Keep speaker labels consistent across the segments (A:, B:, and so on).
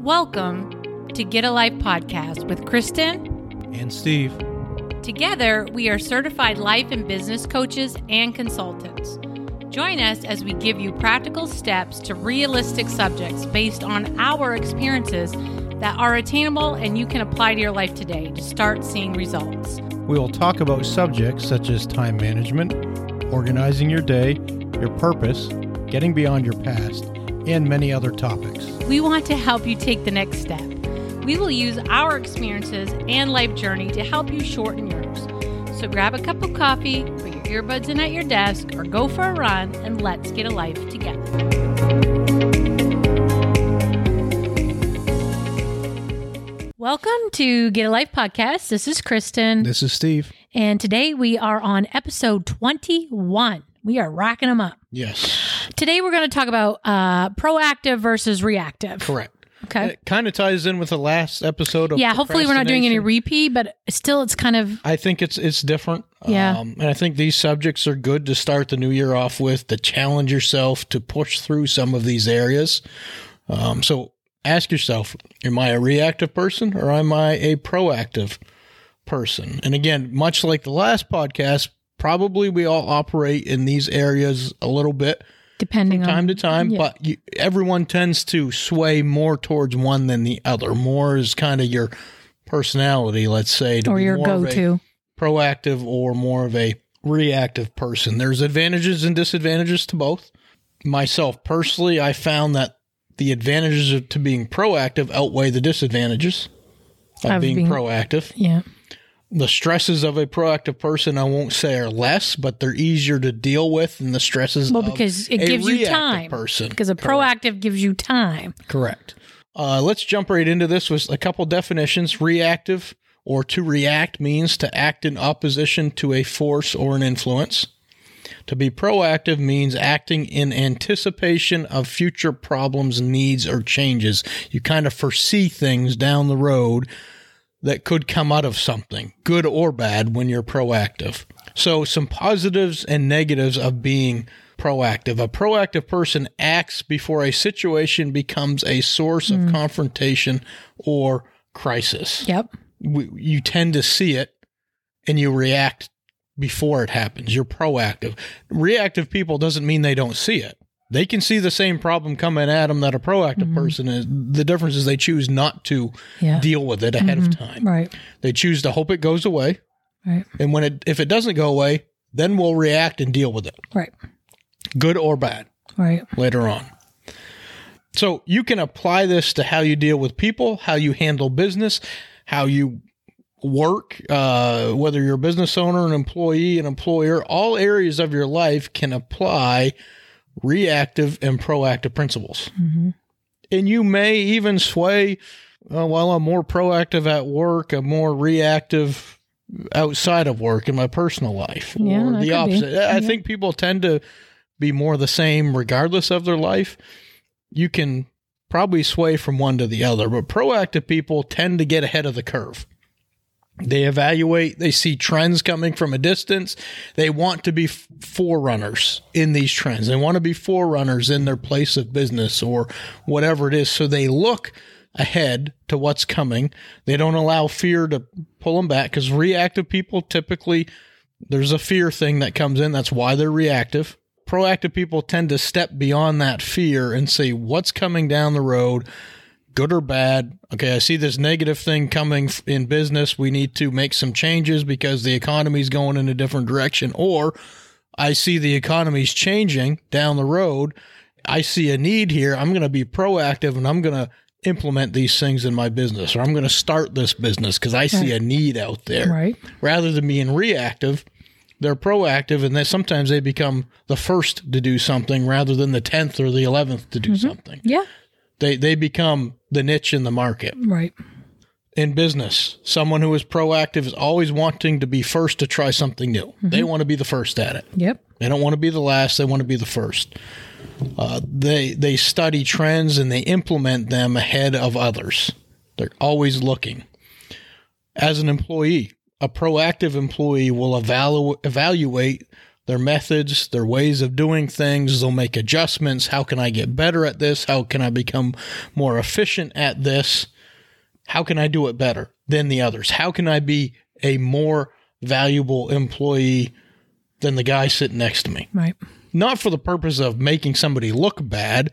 A: Welcome to Get a Life Podcast with Kristen.
B: And Steve.
A: Together, we are certified life and business coaches and consultants. Join us as we give you practical steps to realistic subjects based on our experiences that are attainable and you can apply to your life today to start seeing results.
B: We will talk about subjects such as time management, organizing your day, your purpose, getting beyond your past, and many other topics.
A: We want to help you take the next step. We will use our experiences and life journey to help you shorten yours. So grab a cup of coffee, put your earbuds in at your desk, or go for a run and let's get a life together. Welcome to Get a Life Podcast. This is Kristen.
B: This is Steve.
A: And today we are on episode 21. We are racking them up.
B: Yes.
A: Today we're going to talk about uh, proactive versus reactive.
B: Correct.
A: Okay.
B: It kind of ties in with the last episode of
A: yeah hopefully we're not doing any
B: procrastination.
A: repeat but still it's kind of
B: I think it's it's different.
A: Yeah.
B: Um, and I think these subjects are good to start the new year off with to challenge yourself to push through some of these areas. Um, so ask yourself, am I a reactive person or am I a proactive person? And again, much like the last podcast, probably we all operate in these areas a little bit
A: depending
B: time
A: on
B: to time,
A: Yeah.
B: but you, everyone tends to sway more towards one than the other. More is kind of your personality, let's say, to
A: or
B: be
A: your
B: more of a-
A: go-to
B: proactive or more of a reactive person. There's advantages and disadvantages to both. Myself personally, I found that the advantages of, to being proactive outweigh the disadvantages of,
A: Of
B: being,
A: being-
B: proactive.
A: yeah
B: The stresses of a proactive person, I won't say are less, but they're easier to deal with than the stresses
A: well
B: of
A: because it
B: a
A: gives you
B: reactive
A: time
B: person.
A: because a proactive gives you time
B: Correct. Uh, let's jump right into this with a couple definitions. Reactive or to react means to act in opposition to a force or an influence. To be proactive means acting in anticipation of future problems, needs, or changes. You kind of foresee things down the road that could come out of something, good or bad, when you're proactive. So, some positives and negatives of being proactive. A proactive person acts before a situation becomes a source of confrontation or crisis.
A: yep
B: We, you tend to see it and you react before it happens. You're proactive. Reactive people doesn't mean they don't see it. They can see the same problem coming at them that a proactive
A: Mm-hmm.
B: person is. The difference is they choose not to
A: yeah
B: deal with it ahead of time.
A: right
B: They choose to hope it goes away,
A: Mm-hmm. right
B: and when it if it doesn't go away, then we'll react and deal with it,
A: right
B: good or bad,
A: right
B: later on. So you can apply this to how you deal with people, how you handle business, how you work, uh, whether you're a business owner, an employee, an employer. All areas of your life can apply reactive and proactive principles
A: hmm
B: and you may even sway uh, well i'm more proactive at work i'm more reactive outside of work in my personal life
A: Yeah, that
B: or
A: could
B: the
A: be.
B: opposite i I
A: Yeah.
B: think people tend to be more the same regardless of their life you can probably sway from one to the other but proactive people tend to get ahead of the curve they evaluate they see trends coming from a distance they want to be f- forerunners in these trends they want to be forerunners in their place of business or whatever it is so they look ahead to what's coming they don't allow fear to pull them back because reactive people typically there's a fear thing that comes in that's why they're reactive proactive people tend to step beyond that fear and see what's coming down the road good or bad. Okay, I see this negative thing coming f- in business. We need to make some changes because the economy's going in a different direction. Or I see the economy's changing down the road. I see a need here. I'm going to be proactive and I'm going to implement these things in my business or I'm going to start this business because I see a need out there.
A: right
B: Rather than being reactive, they're proactive and they, sometimes they become the first to do something rather than the 10th or the 11th to do something
A: yeah
B: they they become the niche in the market
A: right
B: in business someone who is proactive is always wanting to be first to try something new they want to be the first at it
A: yep
B: they don't want to be the last they want to be the first uh, they they study trends and they implement them ahead of others they're always looking as an employee a proactive employee will evalu- evaluate their methods, their ways of doing things. They'll make adjustments. How can I get better at this? How can I become more efficient at this? How can I do it better than the others? How can I be a more valuable employee than the guy sitting next to me?
A: Right.
B: Not for the purpose of making somebody look bad,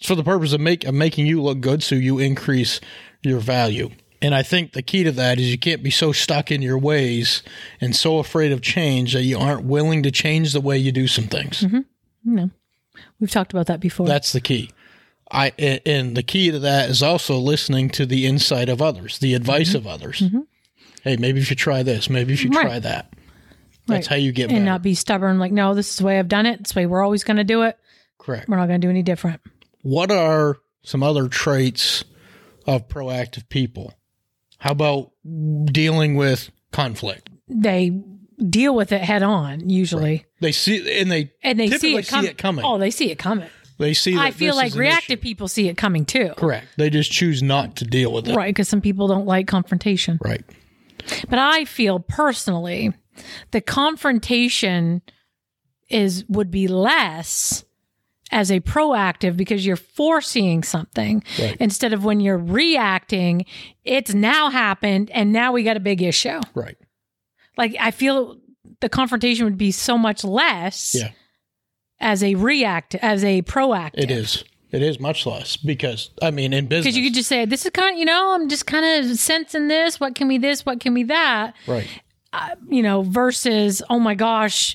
B: it's for the purpose of, make, of making you look good so you increase your value. And I think the key to that is you can't be so stuck in your ways and so afraid of change that you aren't willing to change the way you do some things.
A: Mm-hmm. No. We've talked about that before.
B: That's the key. I a- and the key to that is also listening to the insight of others, the advice of others. Hey, maybe if you try this, maybe if you
A: Mm-hmm. Right.
B: try that.
A: Right.
B: That's how you get better.
A: and not be stubborn like no this is the way i've done it this way we're always going to do it
B: Correct.
A: we're not going to do any different
B: What are some other traits of proactive people? How about dealing with conflict?
A: they deal with it head on usually
B: They see and they
A: and they see
B: Typically
A: it,
B: see
A: com-
B: it coming.
A: oh they see it coming
B: they see. That
A: i feel
B: this
A: like
B: is an
A: reactive
B: issue.
A: people see it coming too
B: Correct. They just choose not to deal with it.
A: right because some people don't like confrontation
B: Right.
A: but i feel personally the confrontation is would be less as a proactive because you're foreseeing something
B: Right.
A: instead of when you're reacting it's now happened and now we got a big issue
B: Right.
A: like I feel the confrontation would be so much less
B: Yeah.
A: as a react as a proactive.
B: It is. It is much less because I mean in business.
A: Because you could just say, This is kind of you know, I'm just kind of sensing this, what can we this, what can we that?
B: right.
A: You know, versus, oh my gosh,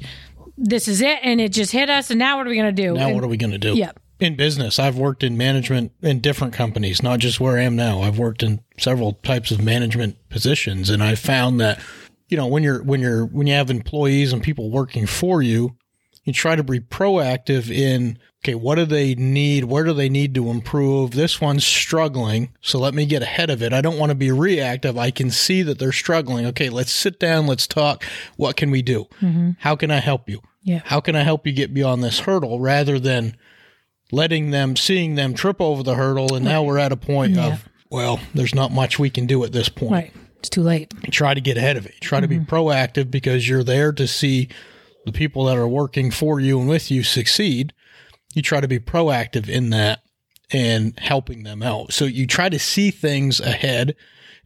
A: this is it and it just hit us and now what are we gonna do?
B: Now
A: And-
B: what are we going to do?
A: Yeah.
B: In business, I've worked in management in different companies, not just where I am now. I've worked in several types of management positions and I found that you know, when you're when you're when you have employees and people working for you, you try to be proactive in okay, what do they need? Where do they need to improve? This one's struggling, so let me get ahead of it. I don't want to be reactive. I can see that they're struggling. Okay, let's sit down, let's talk. What can we do? How can I help you?
A: Mm-hmm. Yeah.
B: How can I help you get beyond this hurdle rather than letting them, seeing them trip over the hurdle? And now we're at a point of, well, there's not much we can do at this point.
A: Right. It's too late.
B: Try to get ahead of it. Try to be
A: Mm-hmm.
B: proactive because you're there to see the people that are working for you and with you succeed. You try to be proactive in that and helping them out. So you try to see things ahead.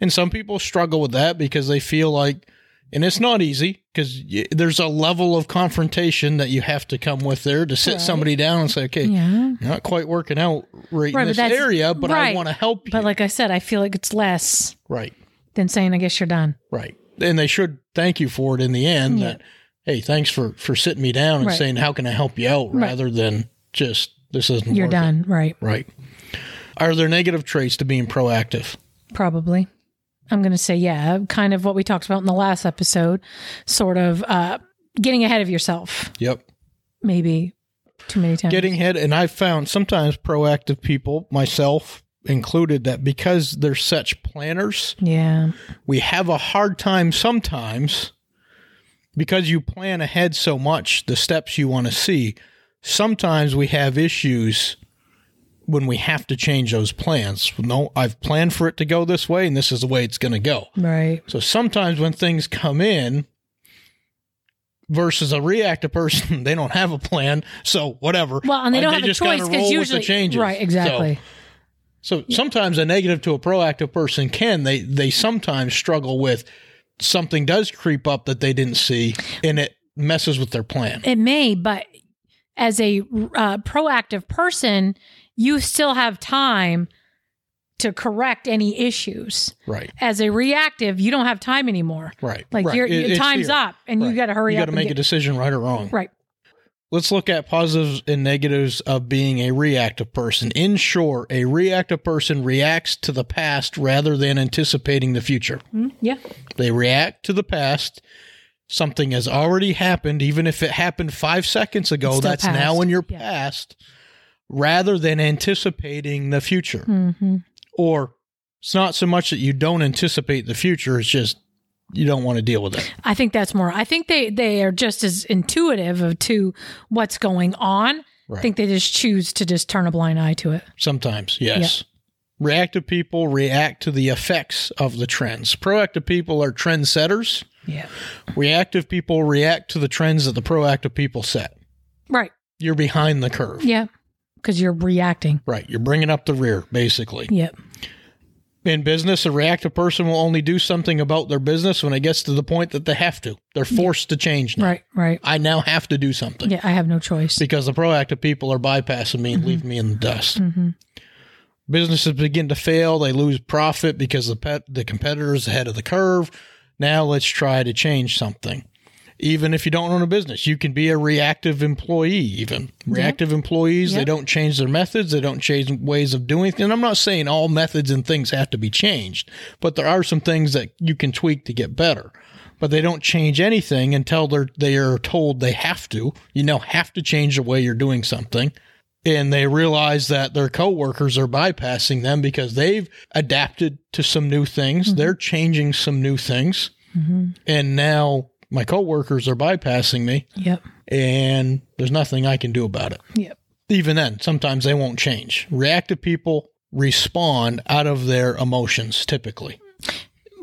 B: And some people struggle with that because they feel like, and it's not easy because y- there's a level of confrontation that you have to come with there to sit
A: Right.
B: somebody down and say, okay,
A: Yeah.
B: you're not quite working out
A: Right,
B: right,
A: but
B: in this
A: that's-
B: area, but I
A: right.
B: want to help you.
A: But like I said, I feel like it's less
B: right.
A: than saying I guess you're done.
B: Right. And they should thank you for it in the end
A: Yeah.
B: that, hey, thanks for, for sitting me down and
A: Right.
B: saying, how can I help you out?
A: Right.
B: Rather than just, this isn't
A: You're
B: working.
A: done. Right.
B: Right. Are there negative traits to being proactive?
A: Probably. I'm going to say, yeah, kind of what we talked about in the last episode, sort of uh, getting ahead of yourself,
B: Yep.
A: maybe too many times.
B: Getting ahead. And I've found sometimes proactive people, myself included, that because they're such planners,
A: yeah.
B: we have a hard time sometimes because you plan ahead so much the steps you want to see sometimes we have issues when we have to change those plans no i've planned for it to go this way and this is the way it's going to go
A: Right.
B: so sometimes when things come in versus a reactive person they don't have a plan so whatever
A: Well, and they
B: Uh,
A: don't have a
B: just kinda
A: choice
B: roll
A: because
B: with the
A: usually,
B: changes.
A: right,
B: So-
A: exactly.
B: so sometimes a negative to a proactive person can they they sometimes struggle with something does creep up that they didn't see and it messes with their plan.
A: It may, but as a uh, proactive person, you still have time to correct any issues.
B: Right.
A: As a reactive, you don't have time anymore.
B: Right.
A: Like
B: right.
A: your,
B: It-
A: your
B: it's
A: time's
B: here.
A: up, and
B: Right.
A: you got to hurry
B: You got
A: up.
B: to
A: and
B: make a
A: get-
B: decision right or wrong.
A: Right.
B: Let's look at positives and negatives of being a reactive person. In short, a reactive person reacts to the past rather than anticipating the future.
A: Hmm? Yeah.
B: They react to the past. Something has already happened, even if it happened five seconds ago,
A: It's still
B: that's now
A: past.
B: in your
A: Yeah.
B: past, rather than anticipating the future.
A: Mm-hmm.
B: Or it's not so much that you don't anticipate the future, it's just you don't want to deal with it.
A: I think that's more. I think they they are just as intuitive of to what's going on.
B: Right.
A: I think they just choose to just turn a blind eye to it.
B: Sometimes, yes. Reactive people react to the effects of the trends. Proactive people are trend setters.
A: Yeah.
B: Reactive people react to the trends that the proactive people set.
A: Right.
B: You're behind the curve.
A: Yeah. Because you're reacting.
B: Right. You're bringing up the rear, basically.
A: Yep.
B: In business, a reactive person will only do something about their business when it gets to the point that they have to. They're forced to change now.
A: Right. Right.
B: I now have to do something
A: Yeah. I have no choice.
B: because the proactive people are bypassing me and leaving me in the dust.
A: Mm-hmm.
B: Businesses begin to fail. They lose profit because the pet, the competitor is ahead of the curve. Now let's try to change something. Even if you don't own a business, you can be a reactive employee. Even reactive employees, they
A: Yep.
B: don't change their methods. They don't change ways of doing things. And I'm not saying all methods and things have to be changed, but there are some things that you can tweak to get better. But they don't change anything until they're they are told they have to. You now have to change the way you're doing something and they realize that their coworkers are bypassing them because they've adapted to some new things. They're changing some new things, and now my coworkers are bypassing me,
A: Yep.
B: and there's nothing I can do about it.
A: Yep.
B: Even then, sometimes they won't change. Reactive people respond out of their emotions typically.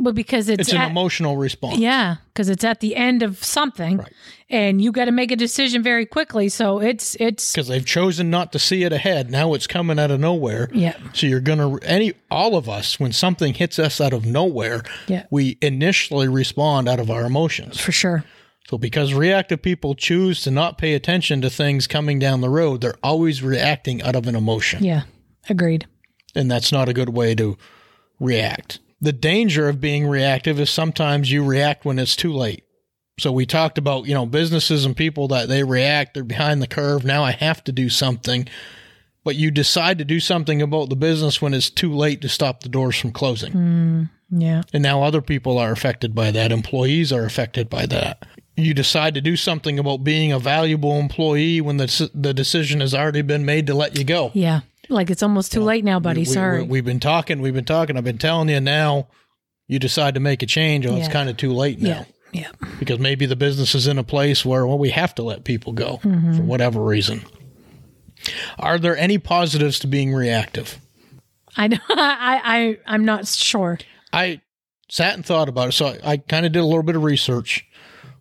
A: But because it's,
B: It's an
A: at-
B: emotional response.
A: yeah, because it's at the end of something,
B: Right.
A: and you got to make a decision very quickly. So it's it's
B: Because they've chosen not to see it ahead. Now it's coming out of nowhere.
A: yeah
B: So you're gonna any all of us when something hits us out of nowhere,
A: Yeah.
B: we initially respond out of our emotions.
A: for sure.
B: So because reactive people choose to not pay attention to things coming down the road, they're always reacting out of an emotion,
A: Yeah, agreed.
B: and that's not a good way to react. The danger of being reactive is sometimes you react when it's too late. So we talked about, you know, businesses and people that they react, they're behind the curve. Now I have to do something. But you decide to do something about the business when it's too late to stop the doors from closing.
A: Yeah,
B: And now other people are affected by that. Employees are affected by that. You decide to do something about being a valuable employee when the, s- the decision has already been made to let you go.
A: yeah. Like it's almost too late now, buddy.
B: We-
A: Sorry.
B: We, we've been talking, we've been talking. I've been telling you now you decide to make a change. Oh, it's
A: Yeah.
B: kind of too late now
A: yeah, yeah,
B: because maybe the business is in a place where well we have to let people go
A: Mm-hmm.
B: for whatever reason. Are there any positives to being reactive?
A: I, don't- I, I, I'm not sure.
B: I sat and thought about it, so I, I kind of did a little bit of research.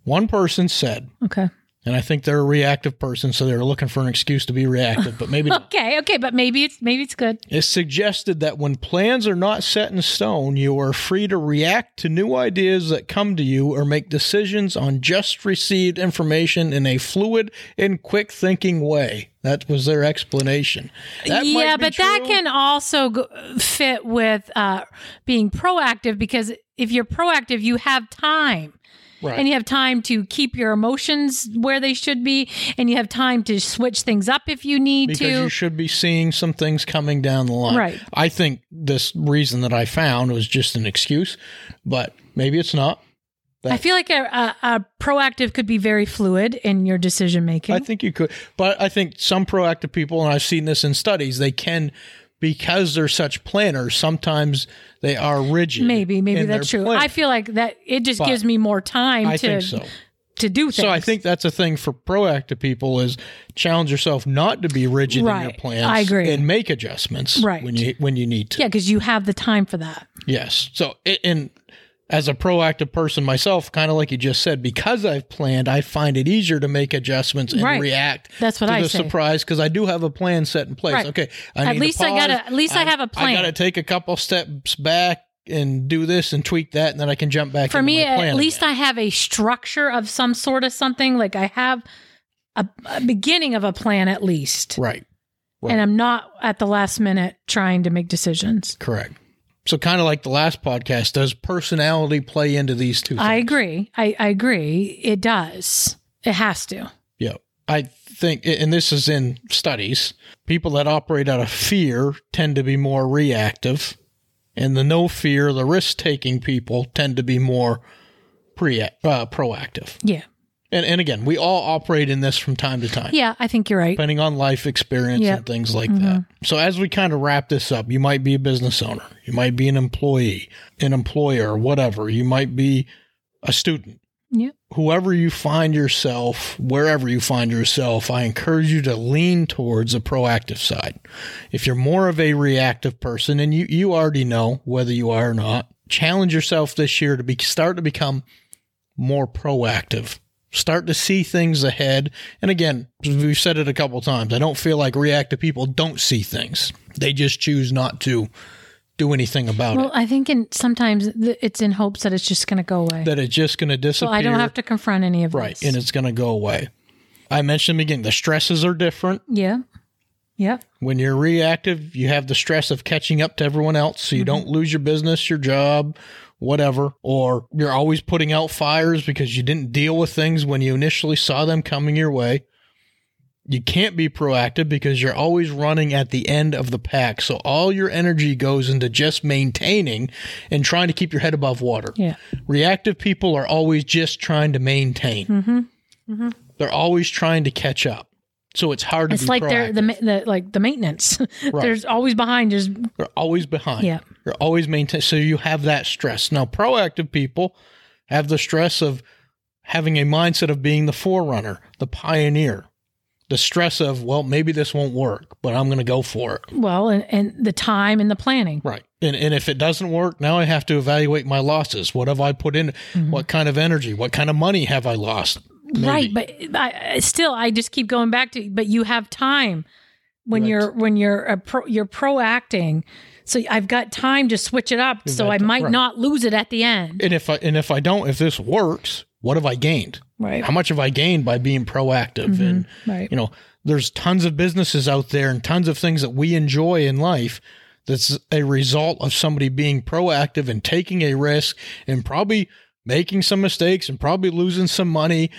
B: One person said,
A: Okay,
B: and I think they're a reactive person, so they're looking for an excuse to be reactive, but maybe not.
A: okay, okay. But maybe it's maybe it's good.
B: It's suggested that when plans are not set in stone, you are free to react to new ideas that come to you or make decisions on just received information in a fluid and quick thinking way. That was their explanation. That might
A: yeah,
B: be
A: but that
B: true.
A: can also go, fit with uh, being proactive because if you're proactive, you have time.
B: Right.
A: and you have time to keep your emotions where they should be and you have time to switch things up if you need
B: because
A: to
B: you should be seeing some things coming down the line.
A: Right.
B: I think this reason that I found was just an excuse, but maybe it's not.
A: i feel like a, a, a proactive could be very fluid in your decision making
B: I think you could, but I think some proactive people, and I've seen this in studies, they can because they're such planners. Sometimes they are rigid.
A: maybe maybe
B: in their
A: that's true
B: plan.
A: i feel like that it just gives me more time
B: I
A: to
B: think so.
A: to do things
B: So I think that's a thing for proactive people is challenge yourself not to be rigid in your
A: Right.
B: plans.
A: I agree.
B: and make adjustments
A: Right.
B: when you when you need to.
A: yeah because you have the time for that
B: Yes. So a- and as a proactive person myself, kind of like you just said, because I've planned, I find it easier to make adjustments and
A: Right.
B: react.
A: That's what
B: to
A: I
B: the
A: say.
B: surprise because I do have a plan set in place.
A: Right.
B: Okay,
A: At
B: need to
A: least I gotta-
B: pause.
A: at least I have a plan.
B: I got to take a couple steps back and do this and tweak that, and then I can jump back.
A: for
B: into
A: me
B: my plan
A: at least
B: again.
A: i have a structure of some sort of something like i have a, a beginning of a plan at least
B: right,
A: and i'm not at the last minute trying to make decisions
B: correct. So kind of like the last podcast, does personality play into these two?
A: I
B: things?
A: agree. I, I agree. It does. It has to.
B: Yeah. I think, and this is in studies, people that operate out of fear tend to be more reactive, and the no fear, the risk taking people tend to be more pre- uh, proactive.
A: Yeah.
B: And, and again, we all operate in this from time to time,
A: Yeah, I think you're right.
B: depending on life experience
A: Yep. Mm-hmm.
B: and things like that. So, as we kind of wrap this up, you might be a business owner, you might be an employee, an employer, whatever, you might be a student.
A: Yep.
B: whoever you find yourself, wherever you find yourself, I encourage you to lean towards the proactive side. If you're more of a reactive person, and you, you already know whether you are or not, challenge yourself this year to be, start to become more proactive. Start to see things ahead. And again, we've said it a couple times. I don't feel like reactive people don't see things. They just choose not to do anything about
A: Well,
B: it.
A: I think in sometimes th- it's in hopes that it's just going to go away.
B: That it's just going to
A: so
B: disappear.
A: I don't have to confront any of
B: Right.
A: this.
B: And it's going to go away. I mentioned again, the stresses are different.
A: yeah. Yep.
B: When you're reactive, you have the stress of catching up to everyone else so you don't lose your business, your job, whatever. Or you're always putting out fires because you didn't deal with things when you initially saw them coming your way. You can't be proactive because you're always running at the end of the pack. So all your energy goes into just maintaining and trying to keep your head above water.
A: Yeah.
B: Reactive people are always just trying to maintain.
A: Mm-hmm.
B: They're always trying to catch up. So it's hard to
A: It's
B: be
A: like they're
B: proactive.
A: the, ma- the like the maintenance.
B: Right.
A: There's always behind. Just
B: They're always behind.
A: Yeah.
B: You're always maintain so you have that stress. Now proactive people have the stress of having a mindset of being the forerunner, the pioneer. The stress of, well, maybe this won't work, but I'm gonna go for it.
A: well, and, and the time and the planning.
B: Right. And and if it doesn't work, now I have to evaluate my losses. What have I put in?
A: Mm-hmm.
B: What kind of energy? What kind of money have I lost? Maybe.
A: Right, but I, I- still, I just keep going back to. But you have time when
B: Right.
A: you're when you're a pro, you're proacting. So I've got time to switch it up, so
B: got
A: I
B: time,
A: might
B: right.
A: not lose it at the end.
B: And if I and if I don't, if this works, what have I gained?
A: Right,
B: How much have I gained by being proactive
A: Mm-hmm.
B: and
A: right.
B: you know there's tons of businesses out there and tons of things that we enjoy in life that's a result of somebody being proactive and taking a risk and probably making some mistakes and probably losing some money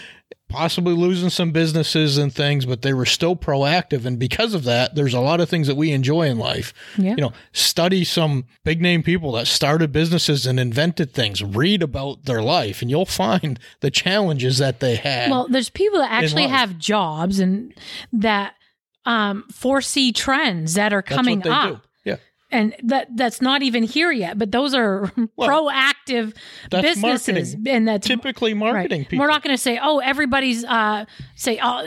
B: possibly losing some businesses and things but they were still proactive and because of that there's a lot of things that we enjoy in life
A: Yeah.
B: you know study some big name people that started businesses and invented things read about their life and you'll find the challenges that they had
A: Well, there's people that actually
B: life.
A: have jobs and that um, foresee trends that are
B: That's
A: coming
B: what they
A: up.
B: do. yeah
A: and that that's not even here yet but those are proactive
B: that's
A: businesses and that's
B: typically
A: right.
B: marketing people.
A: we're not going to say oh everybody's uh say uh,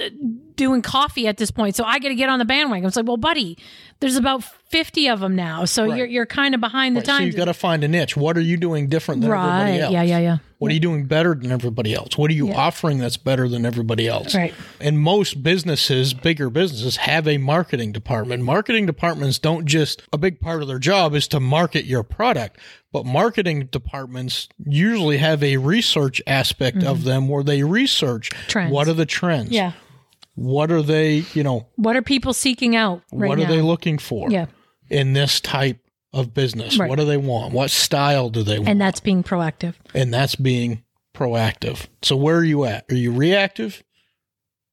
A: doing coffee at this point so i got to get on the bandwagon it's like well buddy there's about 50 of them now so
B: Right.
A: you're you're kind of behind the
B: so
A: times
B: you got to find a niche. What are you doing different than
A: right
B: everybody else?
A: yeah yeah yeah
B: What are you doing better than everybody else? What are you offering that's better than everybody else?
A: Right.
B: And most businesses, bigger businesses, have a marketing department. Marketing departments don't just, a big part of their job is to market your product, but marketing departments usually have a research aspect of them where they research
A: Mm-hmm. Trends.
B: what are the trends?
A: yeah
B: What are they, you know,
A: what are people seeking out right
B: what
A: now
B: are they looking for
A: yeah
B: in this type of business?
A: Right.
B: What do they want? What style do they want?
A: and that's being proactive
B: and that's being proactive. So where are you at? Are you reactive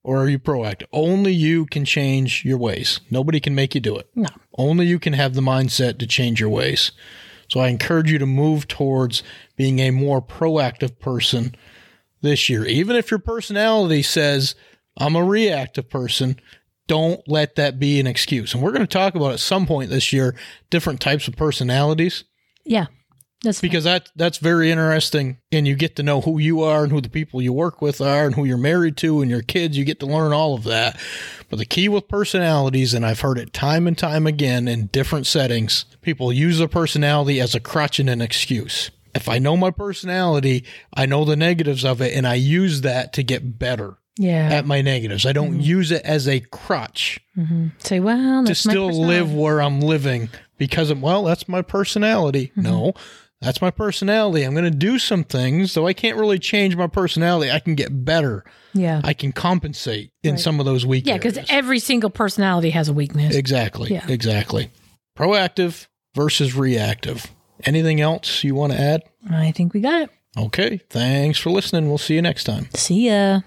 B: or are you proactive? Only you can change your ways. Nobody can make you do it.
A: no
B: Only you can have the mindset to change your ways. So I encourage you to move towards being a more proactive person this year. Even if your personality says, I'm a reactive person, don't let that be an excuse. And we're going to talk about at some point this year different types of personalities
A: yeah that's
B: because that that's very interesting and you get to know who you are and who the people you work with are and who you're married to and your kids you get to learn all of that but the key with personalities and i've heard it time and time again in different settings people use their personality as a crutch and an excuse if i know my personality i know the negatives of it and i use that to get better
A: yeah
B: at my negatives i don't use it as a crutch
A: say well
B: uh, to
A: that's my
B: still
A: personality.
B: live where I'm living because of well, that's my personality.
A: Mm-hmm.
B: No, that's my personality. I'm going to do some things, though I can't really change my personality. I can get better.
A: yeah
B: I can compensate in
A: Right.
B: some of those weak
A: yeah because
B: areas.
A: every single personality has a weakness
B: exactly,
A: Yeah.
B: exactly. Proactive versus reactive. Anything else you want to add?
A: I think we got it.
B: Okay, thanks for listening. We'll see you next time.
A: See ya.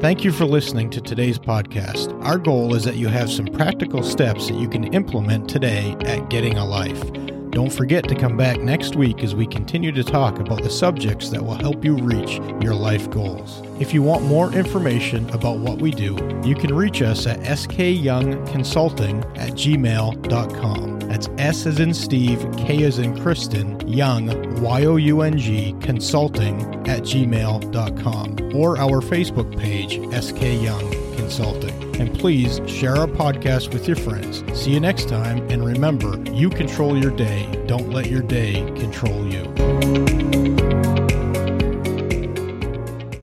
B: Thank you for listening to today's podcast. Our goal is that you have some practical steps that you can implement today at Getting a Life. Don't forget to come back next week as we continue to talk about the subjects that will help you reach your life goals. If you want more information about what we do, you can reach us at skyoungconsulting at gmail.com. That's S as in Steve, K as in Kristen, Young, Y O U N G, consulting at gmail.com or our Facebook page, SK Young Consulting. And please share our podcast with your friends. See you next time. And remember, you control your day. Don't let your day control you.